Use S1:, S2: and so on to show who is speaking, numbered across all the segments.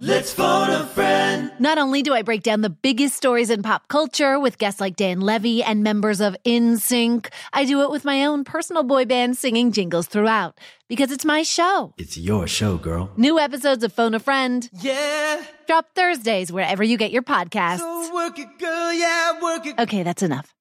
S1: let's phone a friend.
S2: Not only do I break down the biggest stories in pop culture with guests like Dan Levy and members of InSync, I do it with my own personal boy band singing jingles throughout because it's my show.
S1: It's your show, girl.
S2: New episodes of Phone a Friend
S1: Yeah.
S2: drop Thursdays wherever you get your podcasts.
S1: So work it, girl. Yeah, work it.
S2: Okay, that's enough.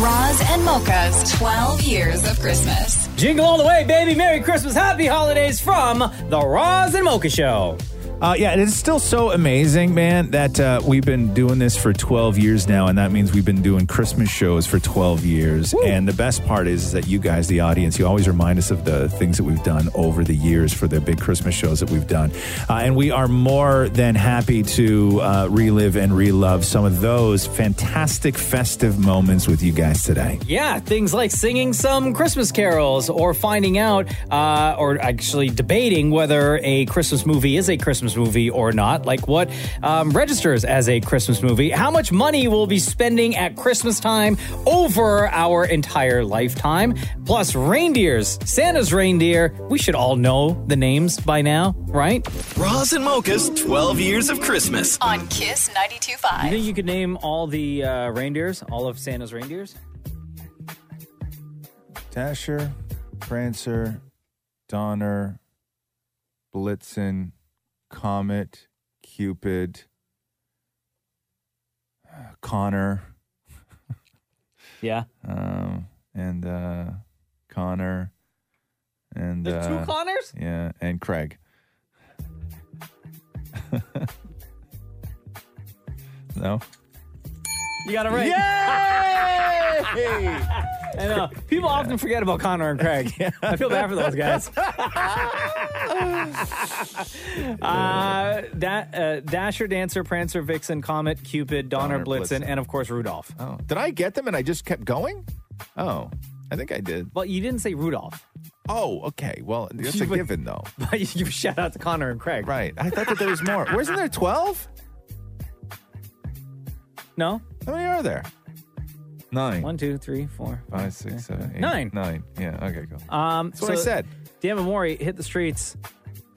S3: Roz and Mocha's 12 years of Christmas.
S4: Jingle all the way, baby. Merry Christmas. Happy holidays from the Roz and Mocha Show.
S5: Uh, yeah, it's still so amazing, man, that uh, we've been doing this for 12 years now, and that means we've been doing Christmas shows for 12 years. And the best part is, is that you guys, the audience, you always remind us of the things that we've done over the years for the big Christmas shows that we've done. Uh, and we are more than happy to uh, relive and relove some of those fantastic festive moments with you guys today.
S4: Yeah, things like singing some Christmas carols or finding out uh, or actually debating whether a Christmas movie is a Christmas movie or not, like what um, registers as a Christmas movie, how much money we'll be spending at Christmas time over our entire lifetime, plus reindeers, Santa's reindeer. We should all know the names by now, right?
S6: Roz and Mocha's 12 Years of Christmas.
S3: On Kiss
S4: You
S3: 92.5.
S4: think you could name all the uh, reindeers, all of Santa's reindeers?
S5: Dasher, Prancer, Donner, Blitzen, Comet, Cupid, uh, Connor,
S4: Yeah.
S5: um, and uh, Connor, and
S4: There's
S5: uh,
S4: two Connors?
S5: yeah, and Craig. no,
S4: You got it right. I know. People often forget about Connor and Craig. I feel bad for those guys. uh, da- uh, Dasher, Dancer, Prancer, Vixen, Comet, Cupid, Donner,
S5: Donner,
S4: Blitzen,
S5: Blitzen.
S4: and of course Rudolph. Uh,
S5: oh, did I get them? And I just kept going. Oh, I think I did.
S4: Well, you didn't say Rudolph,
S5: Oh, okay. Well, that's
S4: You
S5: a
S4: would-
S5: given, though.
S4: but you give a shout out to Connor and Craig.
S5: Right. I thought that there was more. Where's in there? 12?
S4: No?
S5: How many are there? Nine.
S4: One, two, three, four.
S5: Five, six, seven, eight,
S4: Nine.
S5: Nine. Yeah. Okay, cool.
S4: Um,
S5: That's what I said.
S4: Dan Mori hit the streets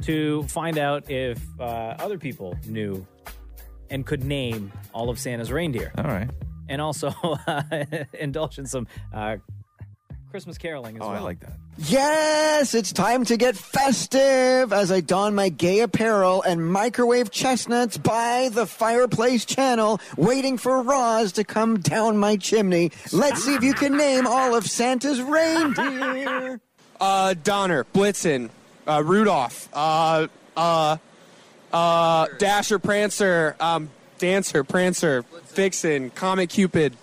S4: to find out if uh, other people knew and could name all of Santa's reindeer,
S5: All right.
S4: and also uh, indulge in some uh, Christmas caroling as
S5: Oh,
S4: well.
S5: I like that.
S7: Yes, it's time to get festive as I don my gay apparel and microwave chestnuts by the fireplace channel, waiting for Roz to come down my chimney. Let's see if you can name all of Santa's reindeer.
S8: Uh, Donner, Blitzen, uh, Rudolph, uh, uh, uh, Dasher, Prancer, um, Dancer, Prancer, Vixen, Comet, Cupid,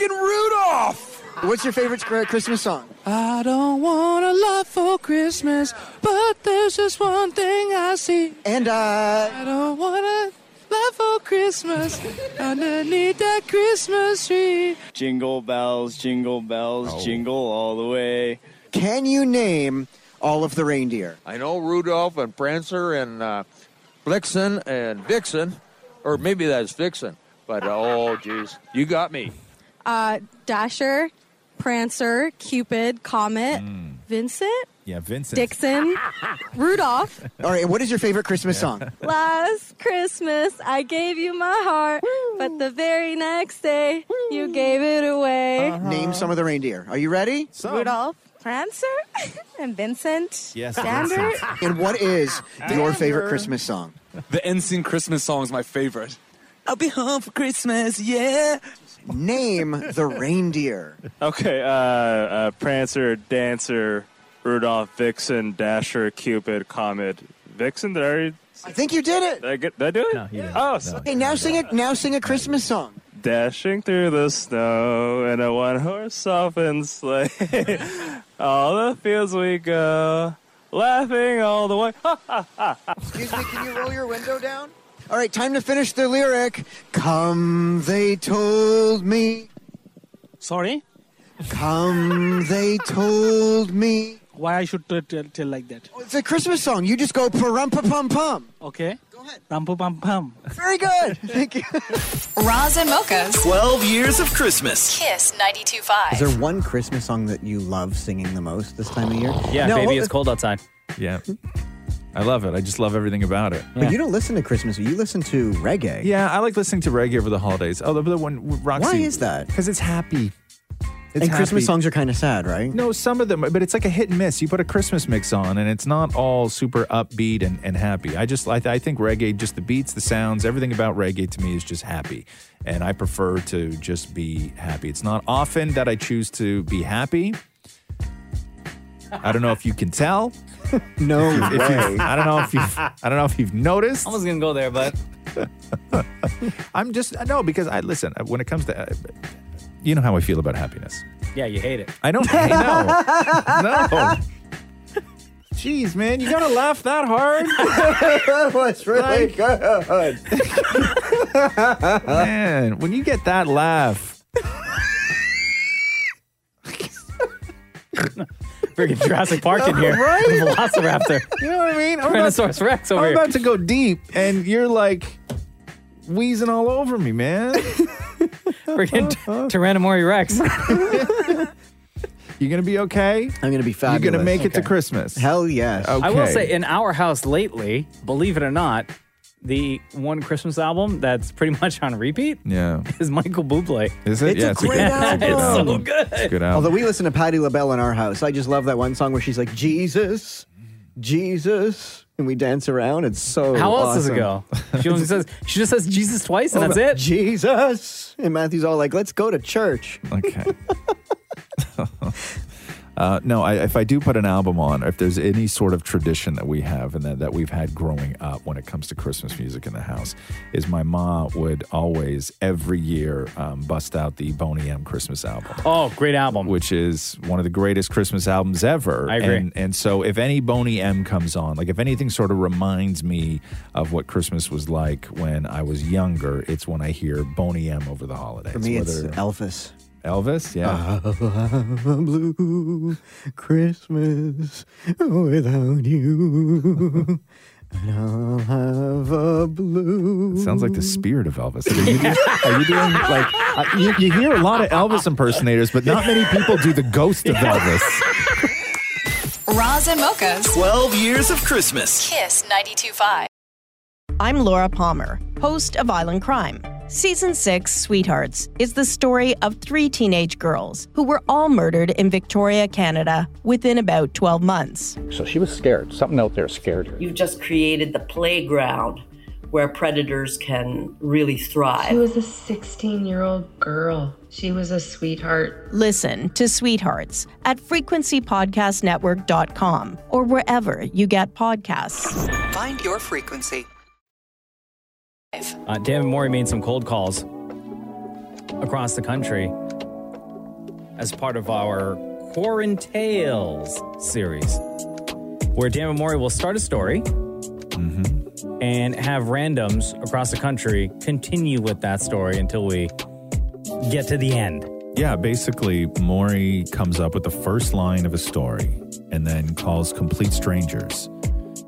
S8: and Rudolph.
S7: What's your favorite cr- Christmas song?
S8: I don't want a lot for Christmas, but there's just one thing I see.
S7: And, uh,
S8: I don't want a lot for Christmas underneath that Christmas tree.
S9: Jingle bells, jingle bells, jingle all the way.
S7: can you name all of the reindeer?
S10: I know Rudolph and Prancer and uh, Blixen and Vixen, or maybe that's Vixen. But oh, jeez, you got me.
S11: Uh, Dasher, Prancer, Cupid, Comet, Vincent,
S5: Yeah, Vincent.
S11: Dixon, Rudolph.
S7: All right, what is your favorite Christmas song?
S12: Uh-huh.
S11: Last Christmas, I gave you my heart, but the very next day, you gave it away.
S7: Name some of the reindeer. Are you ready?
S5: Some.
S11: Rudolph, Prancer, and Vincent.
S5: Yes,
S11: Standard.
S5: Vincent.
S7: And what is your favorite Christmas song?
S8: The Ensign Christmas song is my favorite. I'll be home for Christmas, yeah.
S7: Name the reindeer.
S9: Okay, uh, uh, Prancer, Dancer, Rudolph, Vixen, Dasher, Cupid, Comet, Vixen. Did I, already,
S7: I think you did it.
S9: did I get? Did I do it? No,
S4: you didn't.
S9: Oh, so-
S7: Okay, now sing it. Now sing a Christmas song.
S9: dashing through the snow in a one-horse open sleigh. all the fields we go, laughing all the way.
S7: Excuse me, can you roll your window down? All right, time to finish the lyric. Come, they told me.
S8: Sorry?
S7: Come, they told me. Oh,
S13: Why I should t- t- tell like that?
S9: It's a Christmas song. You just go parumpa pum pum.
S13: Okay. Go ahead. Pam pam pam.
S9: Very good. Thank you.
S3: Roz and Mocha's
S6: 12 years of Christmas.
S3: Kiss 92.5.
S7: Is there one Christmas song that you love singing the most this time of year?
S4: Yeah,
S7: No,
S4: baby,
S7: what-
S4: it's cold outside.
S5: Yeah. I love it. I just love everything about it.
S7: But you don't listen to Christmas. You listen to reggae.
S5: Yeah, I like listening to reggae over the holidays. Oh, the, the one Roxy.
S7: Why is that?
S5: Because it's happy. It's
S7: and Christmas
S5: happy.
S7: songs are kind of sad, right?
S5: No, some of them, but it's like a hit and miss. You put a Christmas mix on, and it's not all super upbeat and, and happy. I just, I, I think reggae, just the beats, the sounds, everything about reggae to me is just happy. And I prefer to just be happy. It's not often that I choose to be happy. I don't know if you can tell.
S7: No
S5: If you-
S7: way.
S5: I don't know if you've, I don't know if you've noticed.
S4: I was gonna go there, but
S5: I'm just no because I listen when it comes to, uh, you know how I feel about happiness.
S4: yeah, you hate it.
S5: I don't hate no. No. Jeez, man, you gotta laugh that hard.
S7: that was really good.
S5: man, when you get that laugh,
S4: Freaking Jurassic Park in here.
S5: Right?
S4: Velociraptor.
S5: you know what I mean?
S4: Tyrannosaurus Rex over
S5: I'm
S4: here.
S5: about to go deep, and you're like wheezing all over me, man.
S4: Freaking Tyrannomori Rex.
S5: you're gonna be okay.
S7: I'm gonna be
S5: You're
S7: fabulous.
S5: gonna make it to
S4: Okay.
S5: Christmas.
S7: Hell yes.
S4: I will say, in our house lately, believe it or not, the one Christmas album that's pretty much on repeat
S5: yeah. Oh.
S4: is Michael Bublé.
S5: Is
S7: it? It's a Yeah, it's a great good- album.
S4: it's so
S7: album.
S4: good.
S5: good
S7: Although we listen to Patti LaBelle in our house. I just love that one song where she's like, Jesus, Jesus. And we dance around. It's so
S4: How else does
S7: awesome.
S4: it go? She only says she just says Jesus twice,
S5: Oh,
S4: and that's it.
S7: Jesus. And Matthew's all like, let's go to church.
S5: Okay. Uh, no, I, if I do put an album on, or if there's any sort of tradition that we have and that, that we've had growing up when it comes to Christmas music in the house, is my ma would always, every year, um, bust out the Boney M Christmas album.
S4: Oh, great album.
S5: Which is one of the greatest Christmas albums ever.
S4: I agree.
S5: And, and so if any Boney M comes on, like if anything sort of reminds me of what Christmas was like when I was younger, it's when I hear Boney M over the holidays.
S7: For me, it's Elvis.
S5: Elvis, yeah.
S7: A blue Christmas without you. And I'll have a blue.
S5: It sounds like the spirit of Elvis. Are you, do- are you doing like uh, you, you hear a lot of Elvis impersonators, but not many people do the ghost of Elvis.
S3: Roz and Mocha's
S6: 12 years of Christmas.
S3: Kiss 92.5.
S14: I'm Laura Palmer, host of Island Crime. Season 6, Sweethearts, is the story of three teenage girls who were all murdered in Victoria, Canada within about 12 months.
S15: So she was scared. Something out there scared her.
S16: You've just created the playground where predators can really
S17: She
S16: thrive.
S17: was a 16 year old girl. She was a sweetheart.
S14: Listen to Sweethearts at frequencypodcastnetwork.com or wherever you get podcasts.
S18: Find your frequency.
S4: Uh, David Morey made some cold calls across the country as part of our Quarantales series, where Dan Morey will start a story and have randoms across the country continue with that story until we get to the end.
S5: Yeah, basically, Maury comes up with the first line of a story and then calls complete strangers.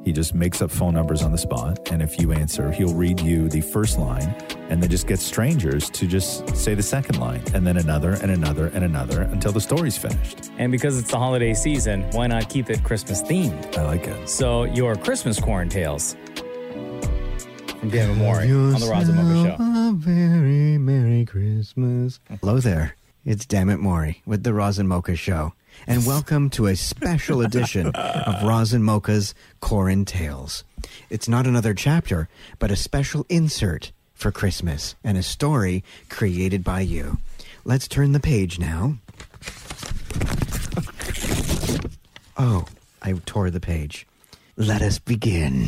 S5: He just makes up phone numbers on the spot, and if you answer, he'll read you the first line, and then just get strangers to just say the second line, and then another, and another, and another, until the story's finished.
S4: And because it's the holiday season, why not keep it Christmas themed?
S5: I like it.
S4: So, your Christmas Quarantales from Dan Morey on the Roz and Mocha Show.
S7: A very Merry Christmas. Hello there. It's Dammit Maury with the Roz and Mocha Show. And welcome to a special edition of Roz and Mocha's Corin Tales. It's not another chapter, but a special insert for Christmas and a story created by you. Let's turn the page now. Oh, I tore the page. Let us begin.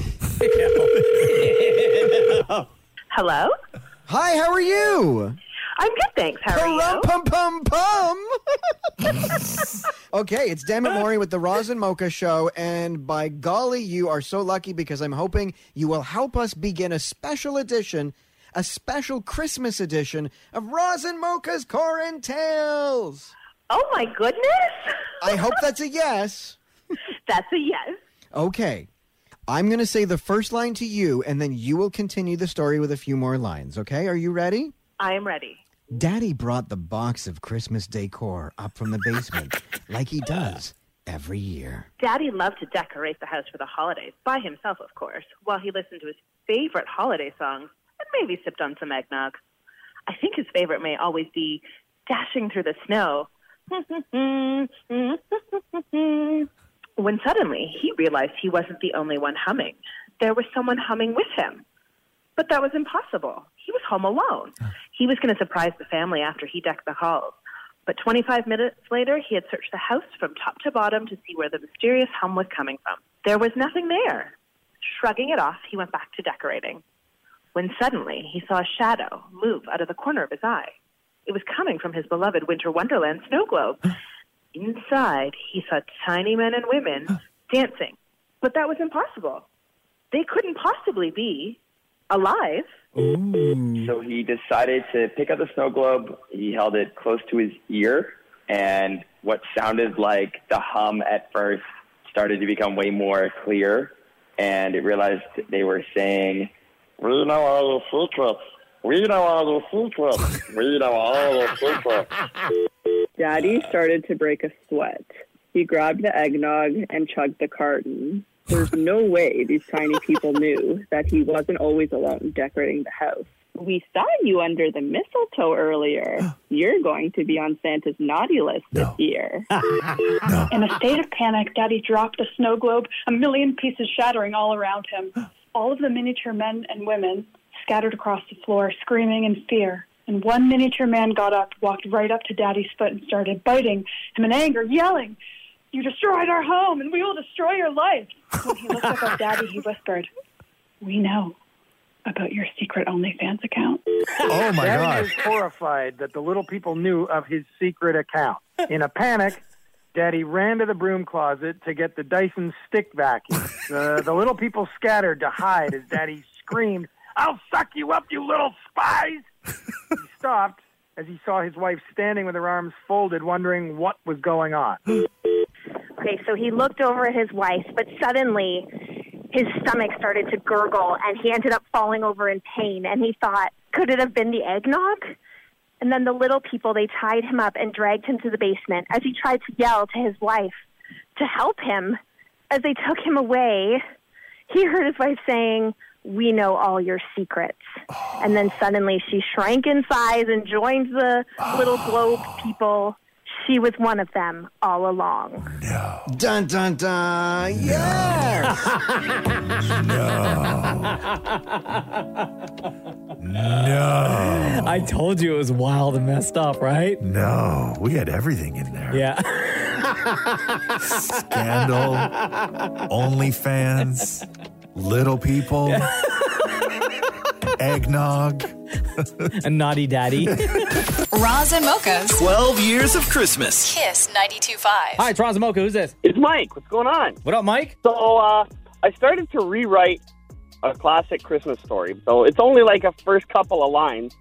S12: Hello?
S7: Hi, how are you?
S12: I'm good, thanks. How are you?
S7: Pum, pum, pum. Okay, it's Dammit Mori with the Roz and Mocha Show, and by golly, you are so lucky because I'm hoping you will help us begin a special edition, a special Christmas edition of Roz and Mocha's Corin Tales.
S12: Oh my goodness!
S7: I hope that's a yes.
S12: That's a yes.
S7: Okay. I'm going to say the first line to you, and then you will continue the story with a few more lines, okay? Are you ready?
S12: I am ready.
S7: Daddy brought the box of Christmas decor up from the basement, like he does every year.
S12: Daddy loved to decorate the house for the holidays, by himself, of course, while he listened to his favorite holiday songs and maybe sipped on some eggnog. I think his favorite may always be Dashing Through the Snow. when suddenly he realized he wasn't the only one humming. There was someone humming with him. But that was impossible. He was home alone. He was going to surprise the family after he decked the halls. But 25 minutes later, he had searched the house from top to bottom to see where the mysterious hum was coming from. There was nothing there. Shrugging it off, he went back to decorating. When suddenly he saw a shadow move out of the corner of his eye. It was coming from his beloved Winter Wonderland snow globe. Inside, he saw tiny men and women dancing. But that was impossible. They couldn't possibly be alive.
S18: So he decided to pick up the snow globe. He held it close to his ear, and what sounded like the hum at first started to become way more clear. And it realized they were saying, "We know all the secrets. We know all the secrets. We know all the secrets."
S19: Daddy started to break a sweat. He grabbed the eggnog and chugged the carton. There's no way these tiny people knew that he wasn't always alone decorating the house. We saw you under the mistletoe earlier. You're going to be on Santa's naughty list this year.
S20: In a state of panic, Daddy dropped the snow globe, a million pieces shattering all around him. All of the miniature men and women scattered across the floor, screaming in fear. And one miniature man got up, walked right up to Daddy's foot, and started biting him in anger, yelling, You destroyed our home, and we will destroy your life. When he looked up at Daddy, he whispered, We know about your secret OnlyFans account.
S10: Oh
S20: my
S10: Daddy
S20: God.
S10: was horrified that the little people knew of his secret account. In a panic, Daddy ran to the broom closet to get the Dyson stick vacuum. the, the little people scattered to hide as Daddy screamed, "I'll suck you up, you little spies!" he stopped as he saw his wife standing with her arms folded, wondering what was going on.
S21: Okay, so he looked over at his wife, but suddenly his stomach started to gurgle and he ended up falling over in pain. And he thought, could it have been the eggnog? And then the little people, they tied him up and dragged him to the basement as he tried to yell to his wife to help him. As they took him away, he heard his wife saying, We know all your secrets. And then suddenly she shrank in size and joined the little globe people. She was one of them all along.
S7: Dun dun dun! Yes.
S4: No. I told you it was wild and messed up, right?
S5: No, we had everything in there.
S4: Yeah.
S5: Scandal, OnlyFans, little people, eggnog,
S4: a naughty daddy.
S3: Roz and Mocha's
S6: 12 years of Christmas.
S3: Kiss 92.5.
S4: Hi, it's Roz and Mocha. Who's this?
S22: It's Mike. What's going on?
S4: What up, Mike?
S22: So uh, I started to rewrite a classic Christmas story. So it's only like a first couple of lines,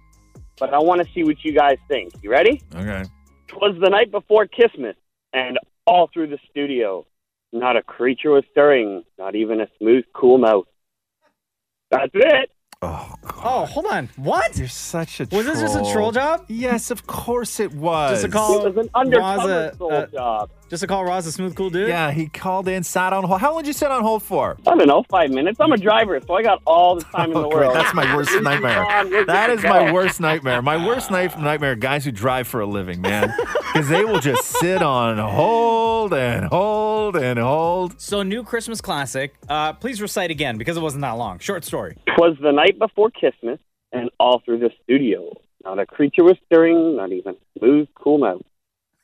S22: but I want to see what you guys think. You ready?
S5: Okay.
S22: Twas the night before Christmas, and all through the studio, not a creature was stirring, not even a smooth, cool mouse. That's it.
S4: Oh, hold on. What? You're
S5: such a
S4: Was this just a troll job?
S5: Yes, of course it was.
S4: Just a call.
S5: It was an
S4: Roz
S5: undercover
S4: a-
S5: troll
S4: uh,
S22: job.
S4: Just a call. Roz a smooth, cool dude.
S5: Yeah, he called in, sat on hold. How long did you sit on hold for?
S22: I don't know, five minutes. I'm a driver, so I got all the time in the
S5: Oh, great.
S22: world.
S5: That's my worst
S22: Moving on, we're
S5: nightmare.
S22: good
S5: That
S22: to
S5: is my
S22: go.
S5: worst nightmare. My worst night nightmare are guys who drive for a living, man. Because they will just sit on hold and hold and hold.
S4: So, new Christmas classic. Uh, please recite again because it wasn't that long. Short story.
S22: Twas the night before Christmas, and all through the studio, not a creature was stirring, not even a smooth, cool mouse.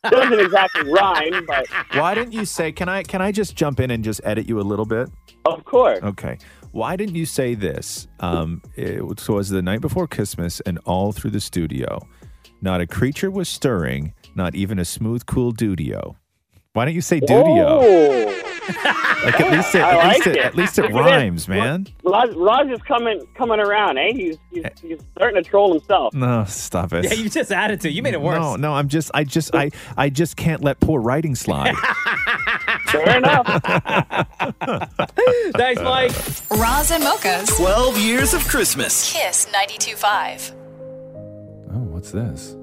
S22: Doesn't exactly rhyme, but
S5: Why didn't you say can I can I just jump in and just edit you a little bit?
S22: Of course.
S5: Okay. Why didn't you say this? Um it was- was the night before Christmas and all through the studio. Not a creature was stirring, not even a smooth cool dudio. Why don't you say dudio? Like at least it,
S22: I
S5: at
S22: like
S5: least it,
S22: it.
S5: at least it
S22: Look at
S5: rhymes, man.
S22: Raj, Raj is coming coming around, eh? He's, he's, he's starting to troll himself.
S5: No, stop it.
S22: Yeah, you
S4: just added to. You made it
S5: No, no, I'm just, I just, I, I just can't let poor writing slide.
S22: Fair enough.
S4: Thanks, Mike.
S3: Roz and Mocha's
S6: 12 years of Christmas.
S3: Kiss 92.5.
S5: Oh, what's this?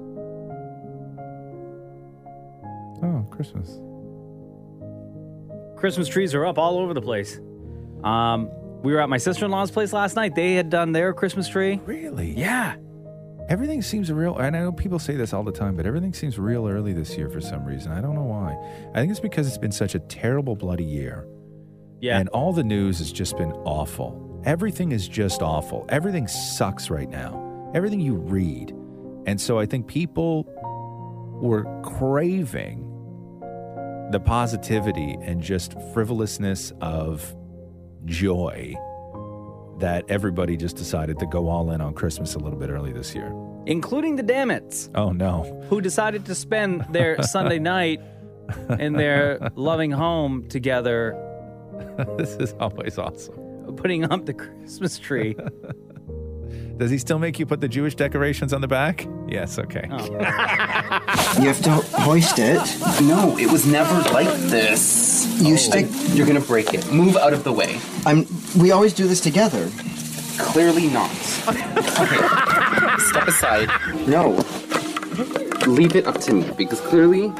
S5: Oh, Christmas.
S4: Christmas trees are up all over the place. Um, we were at my sister in law's place last night. They had done their Christmas tree.
S5: Really?
S4: Yeah.
S5: Everything seems real, and I know people say this all the time, but everything seems real early this year for some reason. I don't know why. I think it's because it's been such a terrible bloody year.
S4: Yeah.
S5: And all the news has just been awful. Everything is just awful. Everything sucks right now. Everything you read. And so I think people were craving the positivity and just frivolousness of joy that everybody just decided to go all in on Christmas a little bit early this year.
S4: Including the Dammits,
S5: Oh no.
S4: who decided to spend their Sunday night in their loving home together,
S5: this is always awesome.
S4: putting up the Christmas tree.
S5: Does he still make you put the Jewish decorations on the back? Yes, okay.
S23: You have to hoist it. No, it was never like this. Oh.
S7: You stick-
S23: You're gonna break it. Move out of the way.
S7: I'm. We always do this together.
S23: Clearly not. Okay. Step aside. No. Leave it up to me because clearly.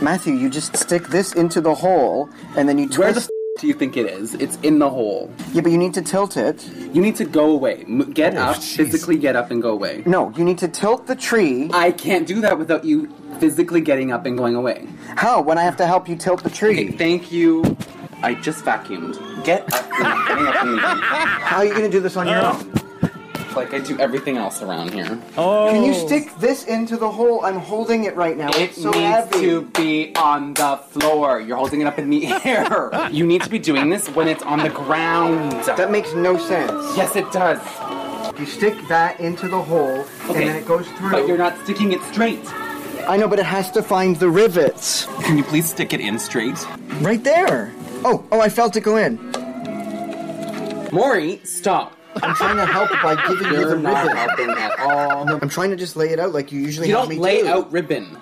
S7: Matthew, you just stick this into the hole, and then you twist.
S23: Where the f- do you think it is? It's in the hole.
S7: yeah, but you need to tilt it.
S23: You need to go away. M- Get up. Physically get up and go away.
S7: No, you need to tilt the tree.
S23: I can't do that without you physically getting up and going away.
S7: How? When I have to help you tilt the tree?
S23: Okay, thank you. I just vacuumed. Get up and getting up and leaving.
S7: How are you gonna do this on your own?
S23: Like I do everything else around here.
S4: Oh.
S7: Can you stick this into the hole? I'm holding it right now.
S23: It
S7: it's so
S23: needs
S7: heavy.
S23: to be on the floor. You're holding it up in the air. you need to be doing this when it's on the ground.
S7: That makes no sense.
S23: Yes, it does.
S7: You stick that into the hole,
S23: Okay.
S7: and then it goes through.
S23: But you're not sticking it straight.
S7: I know, but it has to find the rivets.
S23: Can you please stick it in straight?
S7: Right there. Oh, oh, I felt it go in.
S23: Maury, stop.
S7: I'm trying to help by giving you the
S23: You're not
S7: ribbon.
S23: helping at all.
S7: I'm trying to just lay it out like you usually
S23: You
S7: help
S23: don't
S7: me
S23: lay
S7: do.
S23: out ribbon.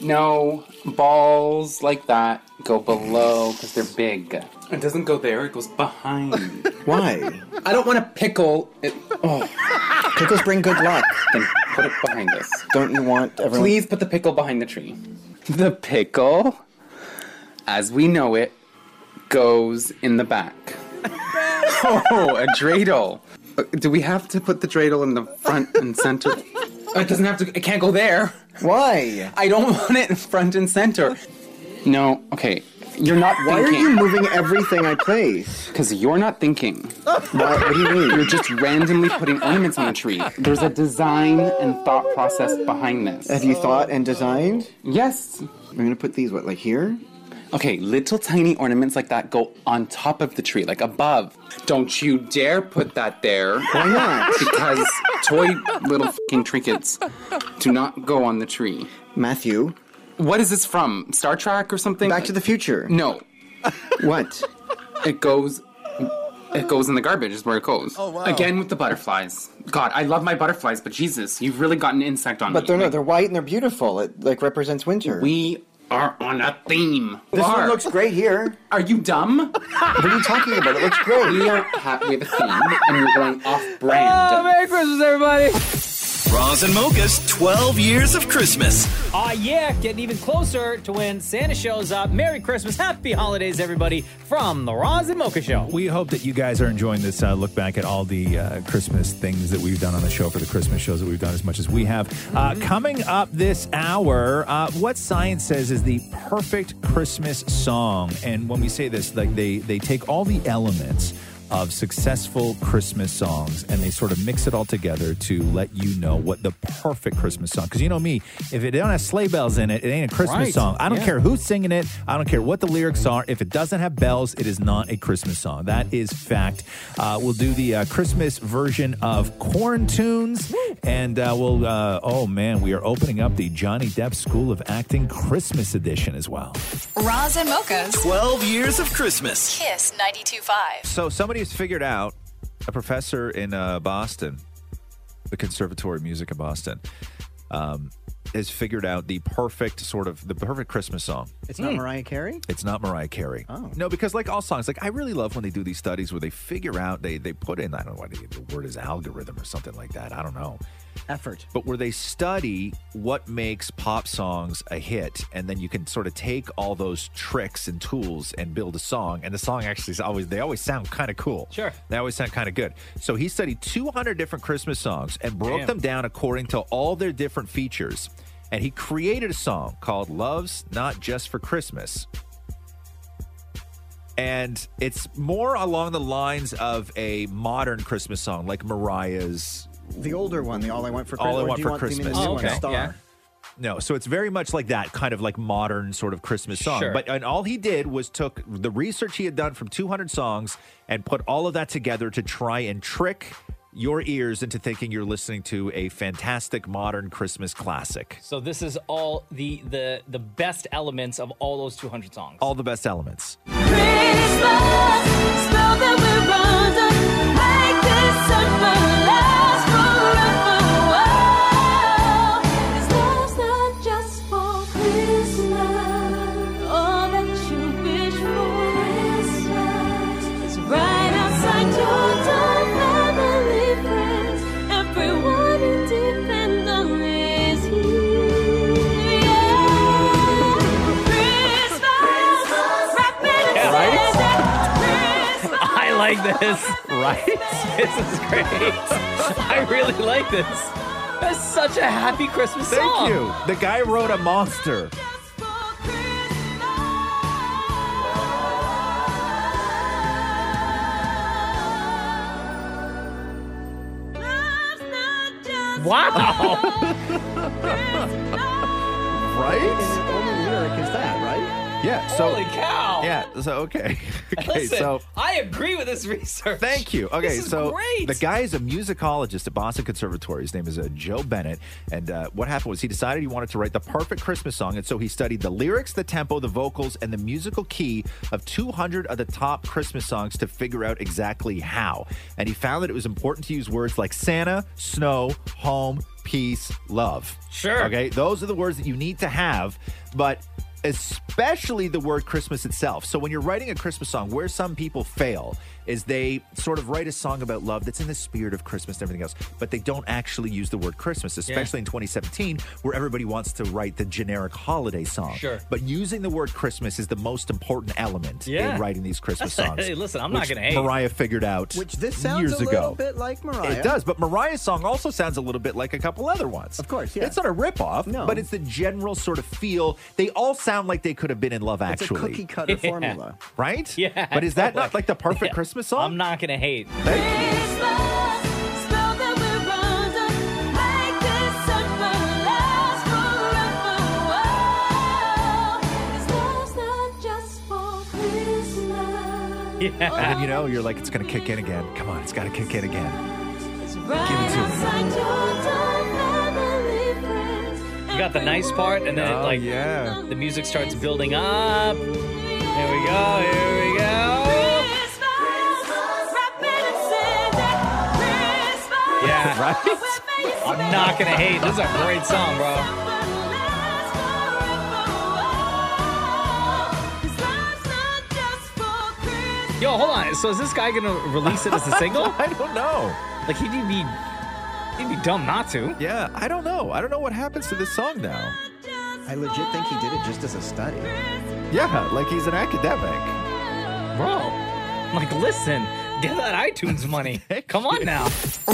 S23: No, balls like that go below because they're big. It doesn't go there, it goes behind.
S7: Why?
S23: I don't want to pickle it. Oh,
S7: Pickles bring good luck.
S23: then put it behind us.
S7: Don't you want everyone?
S23: Please put the pickle behind the tree. The pickle, as we know it, goes in the back. oh, a dreidel. Uh, Do we have to put the dreidel in the front and center? Oh, It doesn't have to, it can't go there.
S7: Why?
S23: I don't want it in front and center. No, okay. You're not
S7: Why are
S23: thinking.
S7: you moving everything I place?
S23: Because you're not thinking.
S7: Why, what do you mean?
S23: You're just randomly putting ornaments on the tree. There's a design and thought process behind this.
S7: Have you thought and designed?
S23: Yes.
S7: I'm gonna put these what, like here?
S23: Okay, little tiny ornaments like that go on top of the tree, like above. Don't you dare put that there.
S7: Why not?
S23: Because toy little fucking trinkets do not go on the tree.
S7: Matthew,
S23: What is this from? Star Trek or something?
S7: Back to the Future.
S23: No,
S7: What?
S23: it goes. It goes in the garbage. Is where it goes. Oh wow! Again with the butterflies. God, I love my butterflies, but Jesus, you've really got an insect on
S7: But
S23: me.
S7: they're no, they're white and they're beautiful. It like represents winter.
S23: We are on a theme.
S7: this
S23: Barb,
S7: one looks great here.
S23: Are you dumb?
S7: What are you talking about? It looks great.
S23: we are ha- we have a theme, and we're going off brand.
S4: Oh, Merry Christmas, everybody.
S6: Roz and Mocha's 12 years of Christmas.
S4: Aw, Ah, yeah, getting even closer to when Santa shows up. Merry Christmas. Happy holidays, everybody, from the Roz and Mocha Show.
S5: We hope that you guys are enjoying this uh, look back at all the uh, Christmas things that we've done on the show for the Christmas shows that we've done as much as we have. Uh, coming up this hour, uh, what science says is the perfect Christmas song. And when we say this, like they they take all the elements of successful Christmas songs and they sort of mix it all together to let you know what the perfect Christmas song. Because you know me, if it don't have sleigh bells in it, it ain't a Christmas
S4: Right.
S5: song. I don't
S4: Yeah.
S5: care who's singing it. I don't care what the lyrics are. If it doesn't have bells, it is not a Christmas song. That is fact. Uh, we'll do the uh, Christmas version of Corn Tunes, and uh, we'll. Uh, oh man, we are opening up the Johnny Depp School of Acting Christmas edition as well.
S3: Roz and Mocha's
S6: 12 years of Christmas.
S3: Kiss 92.5.
S5: So somebody has figured out a professor in uh, Boston, the Conservatory of Music in Boston, um, has figured out the perfect sort of the perfect Christmas song.
S7: It's not Mariah Carey?
S5: It's not Mariah Carey. Oh. No, because like all songs, like I really love when they do these studies where they figure out they they put in I don't know what the word is algorithm or something like that. I don't know.
S7: Effort.
S5: But where they study what makes pop songs a hit, and then you can sort of take all those tricks and tools and build a song, and the song actually is always they always sound kind of cool. Sure. They always sound kind of good. So he studied 200 different Christmas songs and broke
S1: Damn.
S5: them down according to all their different features. And he created a song called Love's Not Just for Christmas and it's more along the lines of a modern Christmas song, like Mariah's
S7: The older one, the All I Want for Christmas.
S5: "All I
S7: or do
S5: Want
S7: you
S5: for
S7: the new
S5: Christmas." Oh,
S4: Oh,
S7: one, Star?
S5: No, so it's very much like that kind of like modern sort of Christmas song.
S1: Sure.
S5: But and all he did was took the research he had done from 200 songs and put all of that together to try and trick your ears into thinking you're listening to a fantastic modern Christmas classic.
S1: So this is all the the the best elements of all those 200 songs.
S5: All the best elements.
S1: I like this. Right? This is great. I really like this. That's such a happy Christmas
S5: Thank
S1: song.
S5: you. The guy wrote a monster.
S1: Wow.
S5: Right?
S7: The only lyric is that, right?
S5: Yeah. So
S1: Holy cow.
S5: Yeah. So okay. okay.
S1: Listen,
S5: so
S1: I agree with this research.
S5: Thank you. Okay,
S1: This is
S5: so
S1: great.
S5: the guy is a musicologist at Boston Conservatory. His name is uh, Joe Bennett. And uh, what happened was he decided he wanted to write the perfect Christmas song. And so he studied the lyrics, the tempo, the vocals, and the musical key of 200 of the top Christmas songs to figure out exactly how. And he found that it was important to use words like Santa, snow, home, peace, love. Sure. Okay, those are the words that you need to have. But especially the word Christmas itself. So when you're writing a Christmas song, where some people fail is they sort of write a song about love that's in the spirit of Christmas and everything else, but they don't actually use the word Christmas, especially in 2017 where everybody wants to write the generic holiday song.
S1: Sure.
S5: But using the word Christmas is the most important element
S1: Yeah.
S5: in writing these Christmas
S1: That's-
S5: songs.
S1: hey, listen, I'm not
S5: which
S1: gonna hate.
S5: Mariah figured out
S7: Which this sounds
S5: years
S7: a little
S5: ago.
S7: bit like Mariah.
S5: It does, but Mariah's song also sounds a little bit like a couple other ones. Of course, yeah. It's not a ripoff, no. but it's the general sort of feel. They all sound like they could have been in Love
S7: It's a
S5: Actually.
S7: cookie cutter Yeah. formula.
S5: Right?
S1: Yeah,
S5: But is that not
S1: totally.
S5: like the perfect Christmas song?
S1: I'm not going to hate.
S5: Yeah. And then, you know, you're like, it's going to kick in again. Come on, it's got to kick in again.
S1: You got the nice part, and
S5: Oh,
S1: then it, like the music starts building up. Here we go. Here we go. Yeah,
S5: right.
S1: I'm not gonna hate. This is a great song, bro. Yo, hold on. So is this guy gonna release it as a single?
S5: I don't know.
S1: Like he'd be, he'd be dumb not to.
S5: Yeah, I don't know. I don't know what happens to this song now.
S7: I legit think he did it just as a study.
S5: Yeah, like he's an academic.
S1: Bro, like listen, get that iTunes money. Come on now.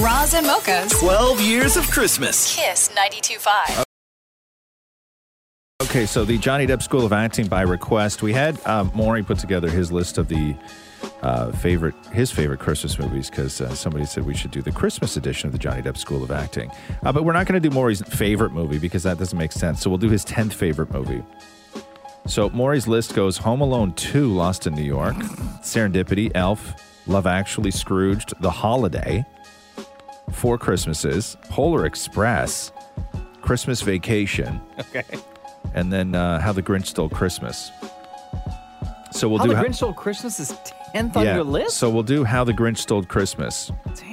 S3: Roz and Mocha's
S6: 12 years of Christmas.
S3: Kiss 92.5.
S5: Okay, so the Johnny Depp School of Acting by request. We had um, Maury put together his list of the uh, favorite his favorite Christmas movies because uh, somebody said we should do the Christmas edition of the Johnny Depp School of Acting. Uh, but we're not going to do Maury's favorite movie because that doesn't make sense. So we'll do his tenth favorite movie. So Maury's list goes Home Alone 2, Lost in New York, Serendipity, Elf, Love Actually, Scrooged, The Holiday, Four Christmases, Polar Express, Christmas Vacation,
S1: Okay.
S5: and then uh, How the Grinch Stole Christmas. So we'll
S1: How
S5: do
S1: the
S5: ho-
S1: Grinch Stole Christmas is tenth on your list.
S5: So we'll do How the Grinch Stole Christmas.
S1: Damn.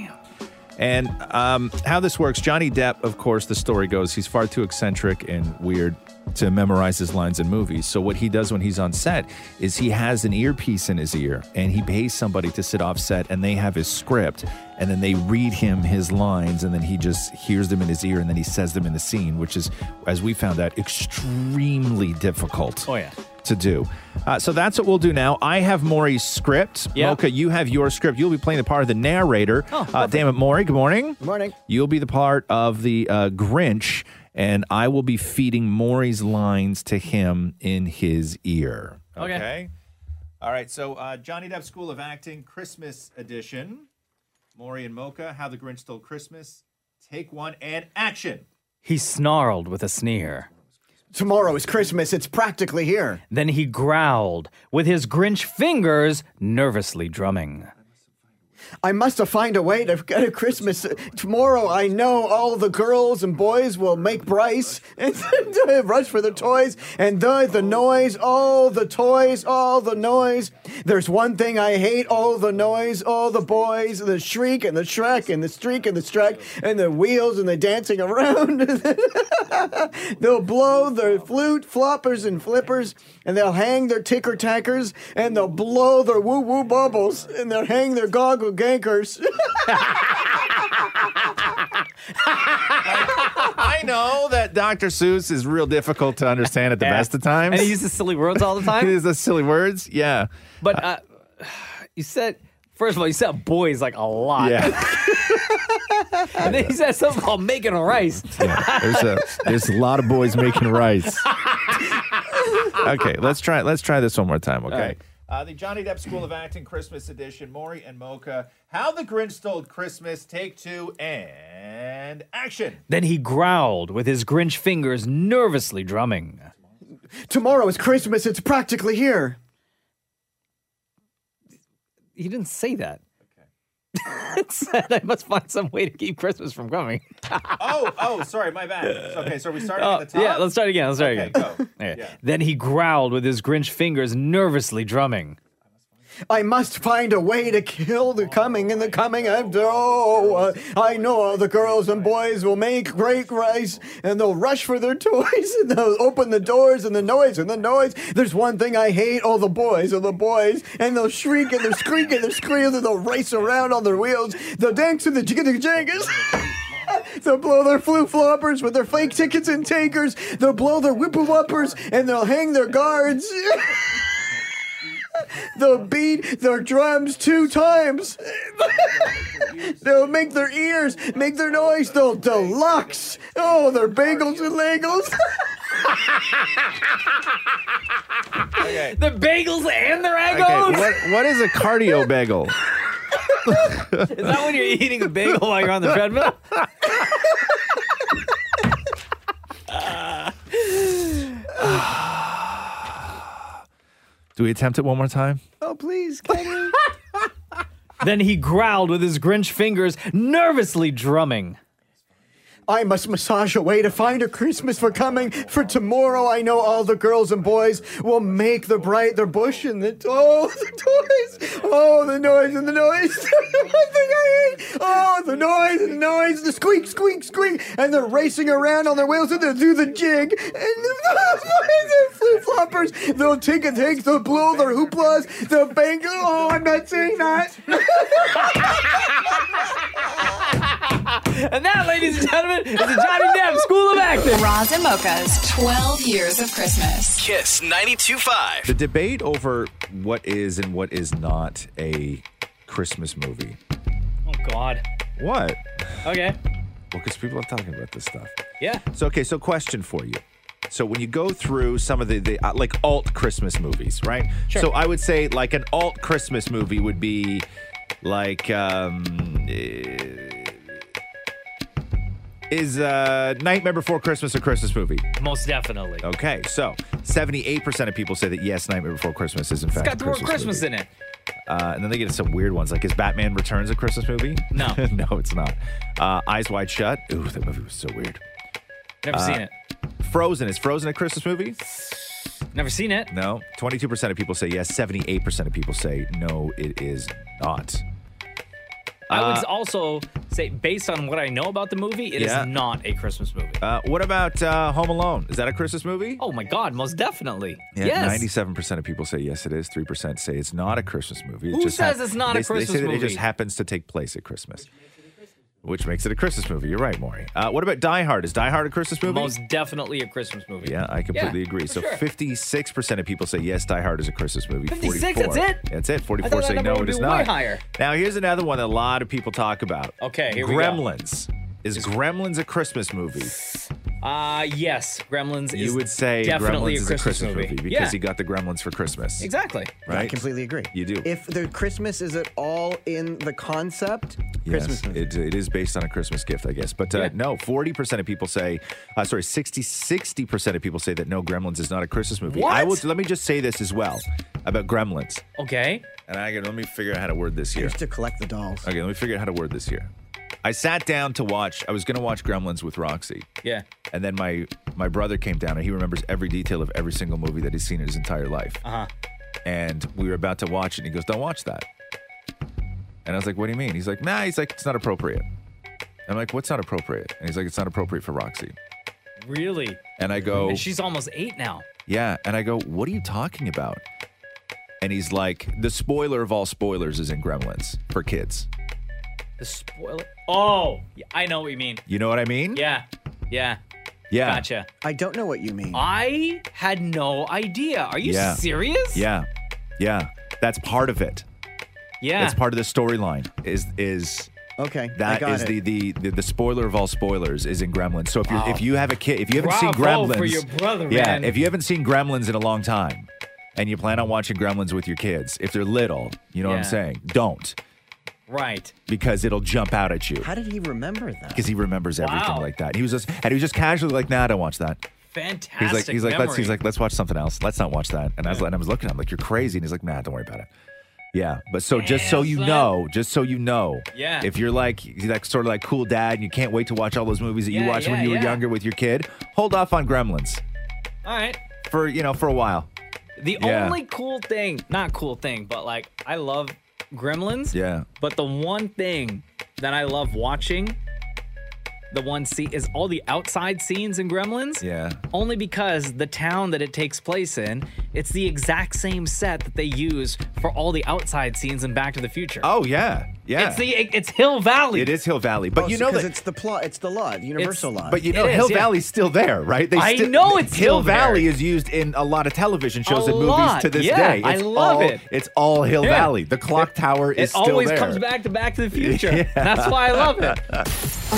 S5: And um, how this works Johnny Depp, of course, the story goes, he's far too eccentric and weird to memorize his lines in movies. So, what he does when he's on set is he has an earpiece in his ear and he pays somebody to sit off set and they have his script and then they read him his lines and then he just hears them in his ear and then he says them in the scene, which is, as we found out, extremely difficult.
S4: Oh, yeah.
S5: To do. Uh, so that's what we'll do now. I have Maury's script. Mocha, you have your script. You'll be playing the part of the narrator.
S24: Oh,
S5: uh, damn it, Maury. Good morning. Good
S24: morning.
S5: You'll be the part of the uh, Grinch, and I will be feeding Maury's lines to him in his ear.
S4: Okay.
S5: All right. So, uh, Johnny Depp School of Acting, Christmas edition. Maury and Mocha, How the Grinch Stole Christmas. Take one and action.
S4: He snarled with a sneer.
S24: Tomorrow is Christmas. It's practically here.
S4: Then he growled, with his Grinch fingers nervously drumming.
S24: I must find a way to get a Christmas. Tomorrow, I know all the girls and boys will make Bryce and rush for the toys and the, the noise, all the toys, all the noise. There's one thing I hate all the noise, all the boys, the shriek and the shrek and the streak and the strike and the wheels and the dancing around. they'll blow their flute, floppers, and flippers, and they'll hang their ticker tackers, and they'll blow their woo woo bubbles, and they'll hang their goggle gankers.
S5: I know that Dr. Seuss is real difficult to understand at the best of times.
S4: And he uses silly words all the time.
S5: he uses silly words, yeah.
S4: But uh, you said, first of all, you said boys like a lot.
S5: Yeah.
S4: and then he said something called making rice.
S5: There's a there's a lot of boys making rice. Okay, let's try let's try this one more time, okay? Uh, the Johnny Depp School of Acting Christmas Edition, Maury and Mocha. How the Grinch Stole Christmas, take two and action.
S4: Then he growled, with his Grinch fingers nervously drumming.
S24: Tomorrow is Christmas. It's practically here.
S4: He didn't say that. it said, I must find some way to keep Christmas from coming.
S5: oh, oh, sorry, my bad. Okay, so are we starting
S4: Oh,
S5: at the top?
S4: Yeah, let's start again. Let's start again. Okay. Then he growled with his Grinch fingers nervously drumming.
S24: I must find a way to kill the coming and the coming. And, oh, uh, I know all the girls and boys will make great rice and they'll rush for their toys and they'll open the doors and the noise and the noise. There's one thing I hate all the boys and the boys and they'll shriek and they'll squeak and they'll squeal and they'll race around on their wheels. They'll dance to the jigga jangas. They'll blow their flu floppers with their fake tickets and takers. They'll blow their whipple uppers and they'll hang their guards. They'll beat their drums two times. They'll make their ears make their noise. They'll deluxe. Oh, their bagels and legos.
S4: The bagels and the raggles.
S5: Okay, what, what is a cardio bagel?
S4: Is that when you're eating a bagel while you're on the treadmill?
S5: Do we attempt it one more time?
S24: Oh, please, can
S4: then he growled with his Grinch fingers nervously drumming.
S24: I must massage away to find a Christmas for coming. For tomorrow, I know all the girls and boys will make the bright their bush and the oh the toys, oh the noise and the noise. The One thing I hate, oh the noise and the noise, the squeak squeak squeak, and they're racing around on their wheels and they'll do the jig and the flip floppers. They'll take and take, they'll blow their hooplas, they'll bang. Oh, I'm not saying that.
S4: And that, ladies and gentlemen, is the Johnny Depp School of Acting.
S3: Roz and Mocha's 12 years of Christmas.
S25: Kiss 92.5.
S5: The debate over what is and what is not a Christmas movie.
S4: Oh, God.
S5: What?
S4: Okay.
S5: Well, because people are talking about this stuff.
S4: Yeah.
S5: So, okay, so question for you. So, when you go through some of the, the uh, like alt Christmas movies, right?
S26: Sure.
S5: So, I would say like an alt Christmas movie would be like, um, eh, is uh, Nightmare Before Christmas a Christmas movie?
S4: Most definitely.
S5: Okay, so 78% of people say that yes, Nightmare Before Christmas is in
S4: It's
S5: fact
S4: got
S5: a
S4: the word
S5: Christmas
S4: Christmas
S5: movie.
S4: in it.
S5: Uh, and then they get some weird ones like Is Batman Returns a Christmas movie?
S4: No.
S5: no, it's not. Uh, Eyes Wide Shut. Ooh, that movie was so weird.
S4: Never
S5: Uh,
S4: seen it.
S5: Frozen. Is Frozen a Christmas movie?
S4: Never seen it.
S5: No. 22% of people say yes. 78% of people say no, it is not.
S4: I would
S5: Uh,
S4: also say based on what I know about the movie, it is
S5: Yeah.
S4: not a Christmas movie.
S5: Uh, what about uh, Home Alone? Is that a Christmas movie?
S4: Oh my God, most definitely.
S5: Yeah,
S4: yes.
S5: ninety-seven percent of people say yes, it is. Three percent say it's not a Christmas movie. It
S4: Who
S5: just hap-
S4: says it's not a
S5: they- They
S4: Christmas
S5: say that it
S4: movie?
S5: just happens to take place at Christmas, which makes it a Christmas movie. You're right, Maury. Uh, what about Die Hard? Is Die Hard a Christmas movie?
S4: Most definitely a Christmas movie.
S5: yeah, I completely
S4: Yeah,
S5: agree.
S4: for
S5: So
S4: sure.
S5: fifty-six percent of people say yes, Die Hard is a Christmas movie.
S4: 56?
S5: 44
S4: That's it?
S5: That's it.
S4: I
S5: Forty-four
S4: thought that
S5: say
S4: number
S5: no,
S4: would
S5: it is
S4: be way
S5: not.
S4: higher.
S5: Now here's another one that a lot of people talk about.
S4: Okay, here we go.
S5: Gremlins. Is Gremlins a Christmas movie?
S4: Uh yes, Gremlins
S5: You
S4: is
S5: would say
S4: definitely
S5: Gremlins
S4: a
S5: is
S4: Christmas, movie,
S5: because
S4: yeah.
S5: he got the Gremlins for Christmas.
S4: Exactly.
S5: Right?
S7: I completely agree.
S5: You do.
S7: If the Christmas is at all in the concept, Christmas movie.
S5: It, it is based on a Christmas gift, I guess. But uh,
S7: Yeah.
S5: no, 40% of people say, uh, sorry, 60, 60% of people say that no, Gremlins is not a Christmas movie. I will,
S4: What?
S5: let me just say this as well about Gremlins.
S4: Okay.
S5: And I let me figure out how to word this
S7: I
S5: here.
S7: used to collect the dolls.
S5: Okay, let me figure out how to word this here. I sat down to watch, I was going to watch Gremlins with Roxy.
S4: Yeah.
S5: And then my, my brother came down and he remembers every detail of every single movie that he's seen in his entire life.
S4: Uh-huh.
S5: And we were about to watch it and he goes, don't watch that. And I was like, what do you mean? He's like, nah, he's like, it's not appropriate. I'm like, what's not appropriate? And he's like, it's not appropriate for Roxy.
S4: Really?
S5: And I go,
S4: And she's almost eight now.
S5: yeah. And I go, what are you talking about? And he's like, the spoiler of all spoilers is in Gremlins for kids.
S4: The spoiler. Oh, yeah, I know what you mean.
S5: You know what I mean?
S4: Yeah. Yeah.
S5: Yeah.
S4: Gotcha.
S7: I don't know what you mean.
S4: I had no idea. Are you
S5: yeah.
S4: serious?
S5: Yeah. Yeah. That's part of it.
S4: Yeah.
S5: That's part of the storyline is, is,
S7: Okay, I
S5: That
S7: got
S5: is
S7: it.
S5: the, the the the spoiler of all spoilers is in Gremlins. So if you
S7: Wow.
S5: if you have a kid, if you haven't seen
S4: Oh. Bravo
S5: Gremlins,
S4: for your brother,
S5: yeah,
S4: man.
S5: if you haven't seen Gremlins in a long time, and you plan on watching Gremlins with your kids, if they're little, you know what
S4: Yeah.
S5: I'm saying, don't
S4: Right.
S5: because it'll jump out at you
S7: How did he remember that?
S5: because he remembers everything
S4: Wow.
S5: like that. He was just and he was just casually like, nah, I don't watch that.
S4: Fantastic.
S5: He's like, he's like,
S4: memory.
S5: let's, he's like, let's watch something else. Let's not watch that. And I was, and I was looking at him like, you're crazy. And he's like, nah, don't worry about it. Yeah, but so just so you know, just so you know,
S4: Yeah.
S5: if you're like, you're like sort of like cool dad, and you can't wait to watch all those movies that you
S4: Yeah,
S5: watched when
S4: yeah,
S5: you
S4: yeah.
S5: were younger with your kid, hold off on Gremlins
S4: All right.
S5: for you know for a while.
S4: The
S5: Yeah.
S4: only cool thing, not cool thing, but like I love Gremlins.
S5: Yeah.
S4: But the one thing that I love watching, the one scene is all the outside scenes in Gremlins.
S5: Yeah.
S4: Only because the town that it takes place in, it's the exact same set that they use for all the outside scenes in Back to the Future.
S5: Oh yeah, yeah.
S4: It's the it's Hill Valley.
S5: It is Hill Valley, but
S7: Oh,
S5: you
S7: so-
S5: know
S7: 'cause
S5: that.
S7: it's the plot, it's the law, the universal law.
S5: But you know, Hill Valley's still there, right?
S4: I
S5: still-
S4: know it's
S5: Hill
S4: still there.
S5: Valley is used in a lot of television shows
S4: A
S5: and movies
S4: lot,
S5: to this
S4: yeah,
S5: day.
S4: I love
S5: all-
S4: it.
S5: It's all Hill
S4: Yeah.
S5: Valley. The clock tower is
S4: It
S5: still
S4: always
S5: there.
S4: comes back to Back to the Future.
S5: Yeah.
S4: That's why I love it.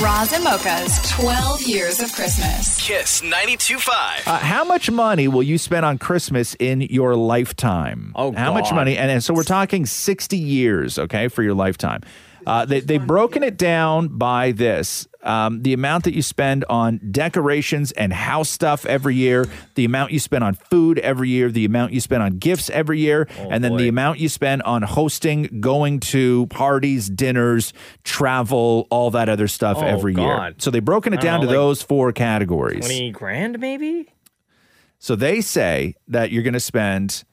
S3: Roz and Mocha's 12 years of Christmas.
S27: Kiss 92.5.
S5: Uh, how much money will you spend on Christmas in your lifetime? Oh, how much
S27: God.
S5: money? And, and so we're talking sixty years, okay, for your lifetime. Uh, they they've broken it down by this: um, the amount that you spend on decorations and house stuff every year, the amount you spend on food every year, the amount you spend on gifts every year,
S4: Oh,
S5: and then the amount you spend on hosting, going to parties, dinners, travel, all that other stuff
S4: Oh,
S5: every year.
S4: God.
S5: So they've broken
S4: I
S5: it
S4: don't
S5: down
S4: know,
S5: to
S4: like
S5: those four categories.
S4: 20 grand maybe?
S5: So they say that you're going to spend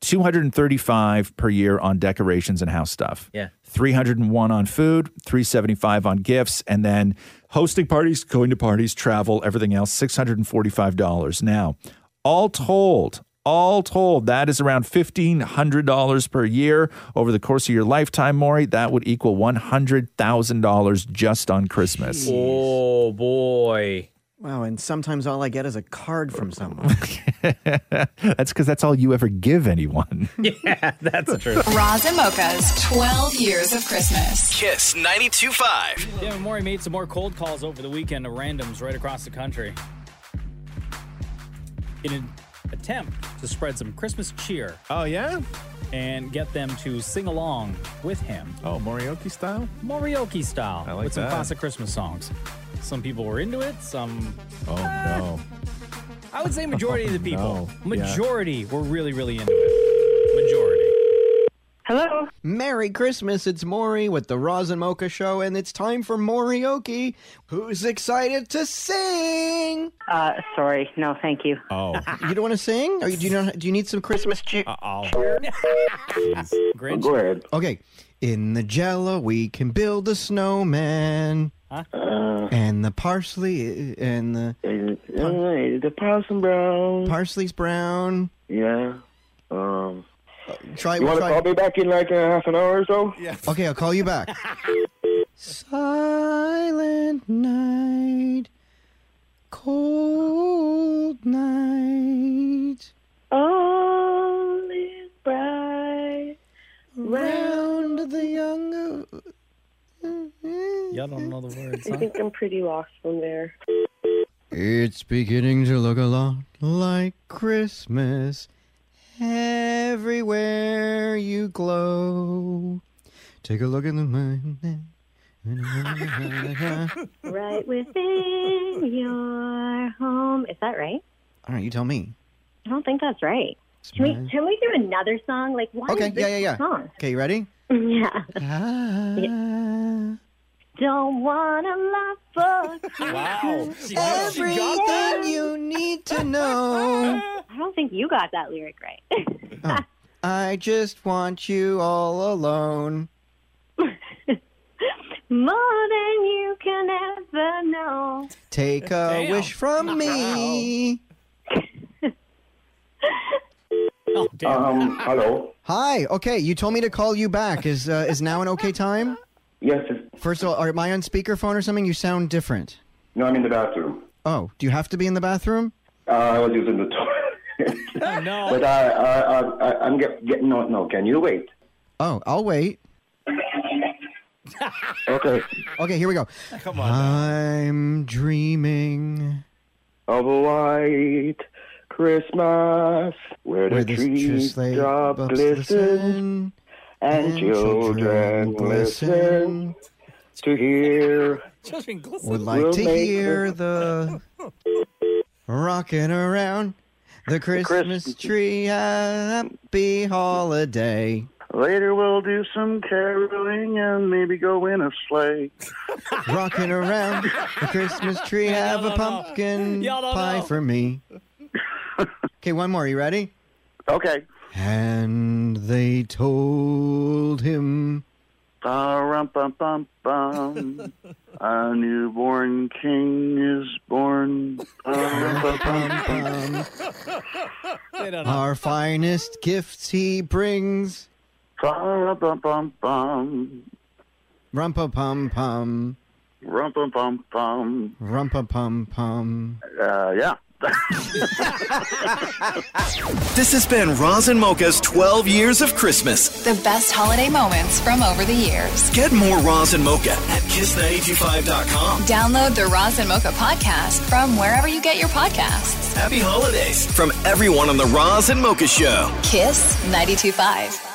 S5: 235 per year on decorations and house stuff.
S4: Yeah.
S5: 301 on food, 375 on gifts, and then hosting parties, going to parties, travel, everything else, $645. Now, all told, all told, that is around $1,500 per year over the course of your lifetime, Maury. That would equal $100,000 just on Christmas.
S4: Oh boy.
S7: Wow, and sometimes all I get is a card from someone.
S5: that's because that's all you ever give anyone.
S3: Yeah, that's true. Roz and Mocha's 12 years of Christmas.
S27: Kiss 92.5.
S4: Yeah, Maury made some more cold calls over the weekend to randoms right across the country in an attempt to spread some Christmas cheer.
S5: Oh, yeah?
S4: And get them to sing along with him.
S5: Oh, Morioki style?
S4: Morioki style.
S5: like
S4: with some
S5: that.
S4: classic Christmas songs. Some people were into it, some.
S5: Oh, no.
S4: I would say majority of the people.
S5: Oh, no. Yeah.
S4: Majority were really, really into it. Majority.
S7: Hello. Merry Christmas. It's Maury with the Roz and Mocha Show, and it's time for Morioki. Who's excited to sing?
S28: Uh, sorry, no, thank you.
S5: Oh.
S7: you don't want to sing? Or you, do, you know, do you need some Christmas cheer?
S5: Uh-oh.
S4: Grinch.
S7: Okay. In the jello, we can build a snowman.
S4: Huh?
S29: Uh,
S7: and the parsley i- and the the parsley brown. Parsley's brown. Uh,
S29: Yeah. Um.
S7: Try.
S29: You want to
S7: try-
S29: call me back in like uh, half an hour or
S1: Oh.
S29: so?
S7: Yeah. Okay, I'll call you back. Silent night, cold night.
S30: All is bright
S7: round the young.
S4: Y'all don't know the words.
S30: I think I'm pretty lost from there.
S7: It's beginning to look a lot like Christmas. Everywhere you glow. Take a look in the moon.
S30: right within your home. Is that right?
S7: All right, you tell me.
S30: I don't think that's right. Can we can we do another song? Like why
S7: Okay,
S30: is this
S7: yeah, yeah, yeah.
S30: song?
S7: Okay, you ready? Ah.
S30: Yeah.
S7: Yeah.
S30: Don't wanna love for
S7: Wow.
S30: Christmas.
S7: Everything you need to know.
S30: I don't think you got that lyric right.
S7: I just want you all alone.
S30: More than you can ever know.
S7: Take a
S30: Damn.
S7: wish from me.
S29: Um. Hello.
S7: Hi. Okay, you told me to call you back. Is uh, is now an okay time?
S29: Yes.
S7: First of all, are, am I on speakerphone or something? You sound different.
S29: No, I'm in the bathroom.
S7: Oh, do you have to be in the bathroom?
S29: Uh, I was using the toilet.
S4: no.
S29: But I, I, I, I I'm get, get no, no. Can you wait?
S7: Oh, I'll wait.
S29: Okay.
S7: Okay, here we go. Come on. I'm dreaming.
S29: Of a white Christmas, where,
S7: Where
S29: the
S7: the tree
S29: trees
S7: sleigh
S29: drop
S7: bells
S29: glisten, and,
S7: and
S29: children,
S7: children
S29: listen to hear.
S4: Children glisten.
S7: Would like
S29: We'll
S7: to
S29: make
S7: hear the rocking around the Christmas tree. Happy holiday.
S31: Later we'll do some caroling and maybe go in a sleigh.
S7: Rocking around the Christmas tree. Have a pumpkin
S31: Y'all don't
S7: pie
S31: know.
S7: for me. Okay, one more. You ready?
S31: Okay.
S7: And they told him.
S31: Ba bum bum bum. A newborn king is born. Ba-rum-bum-bum-bum.
S7: Um, Our finest gifts he brings.
S31: Ba-rum-bum-bum-bum.
S7: Rumpa pum pum.
S31: Rum-bum-bum-bum.
S7: Rumpa pum pum.
S31: Uh, yeah.
S6: This has been Roz and Mocha's 12 Years of Christmas.
S3: The best holiday moments from over the years.
S6: Get more Roz and Mocha at kiss925.com.
S3: Download the Roz and Mocha podcast from wherever you get your podcasts.
S6: Happy holidays from everyone on the Roz and Mocha Show.
S3: Kiss 925.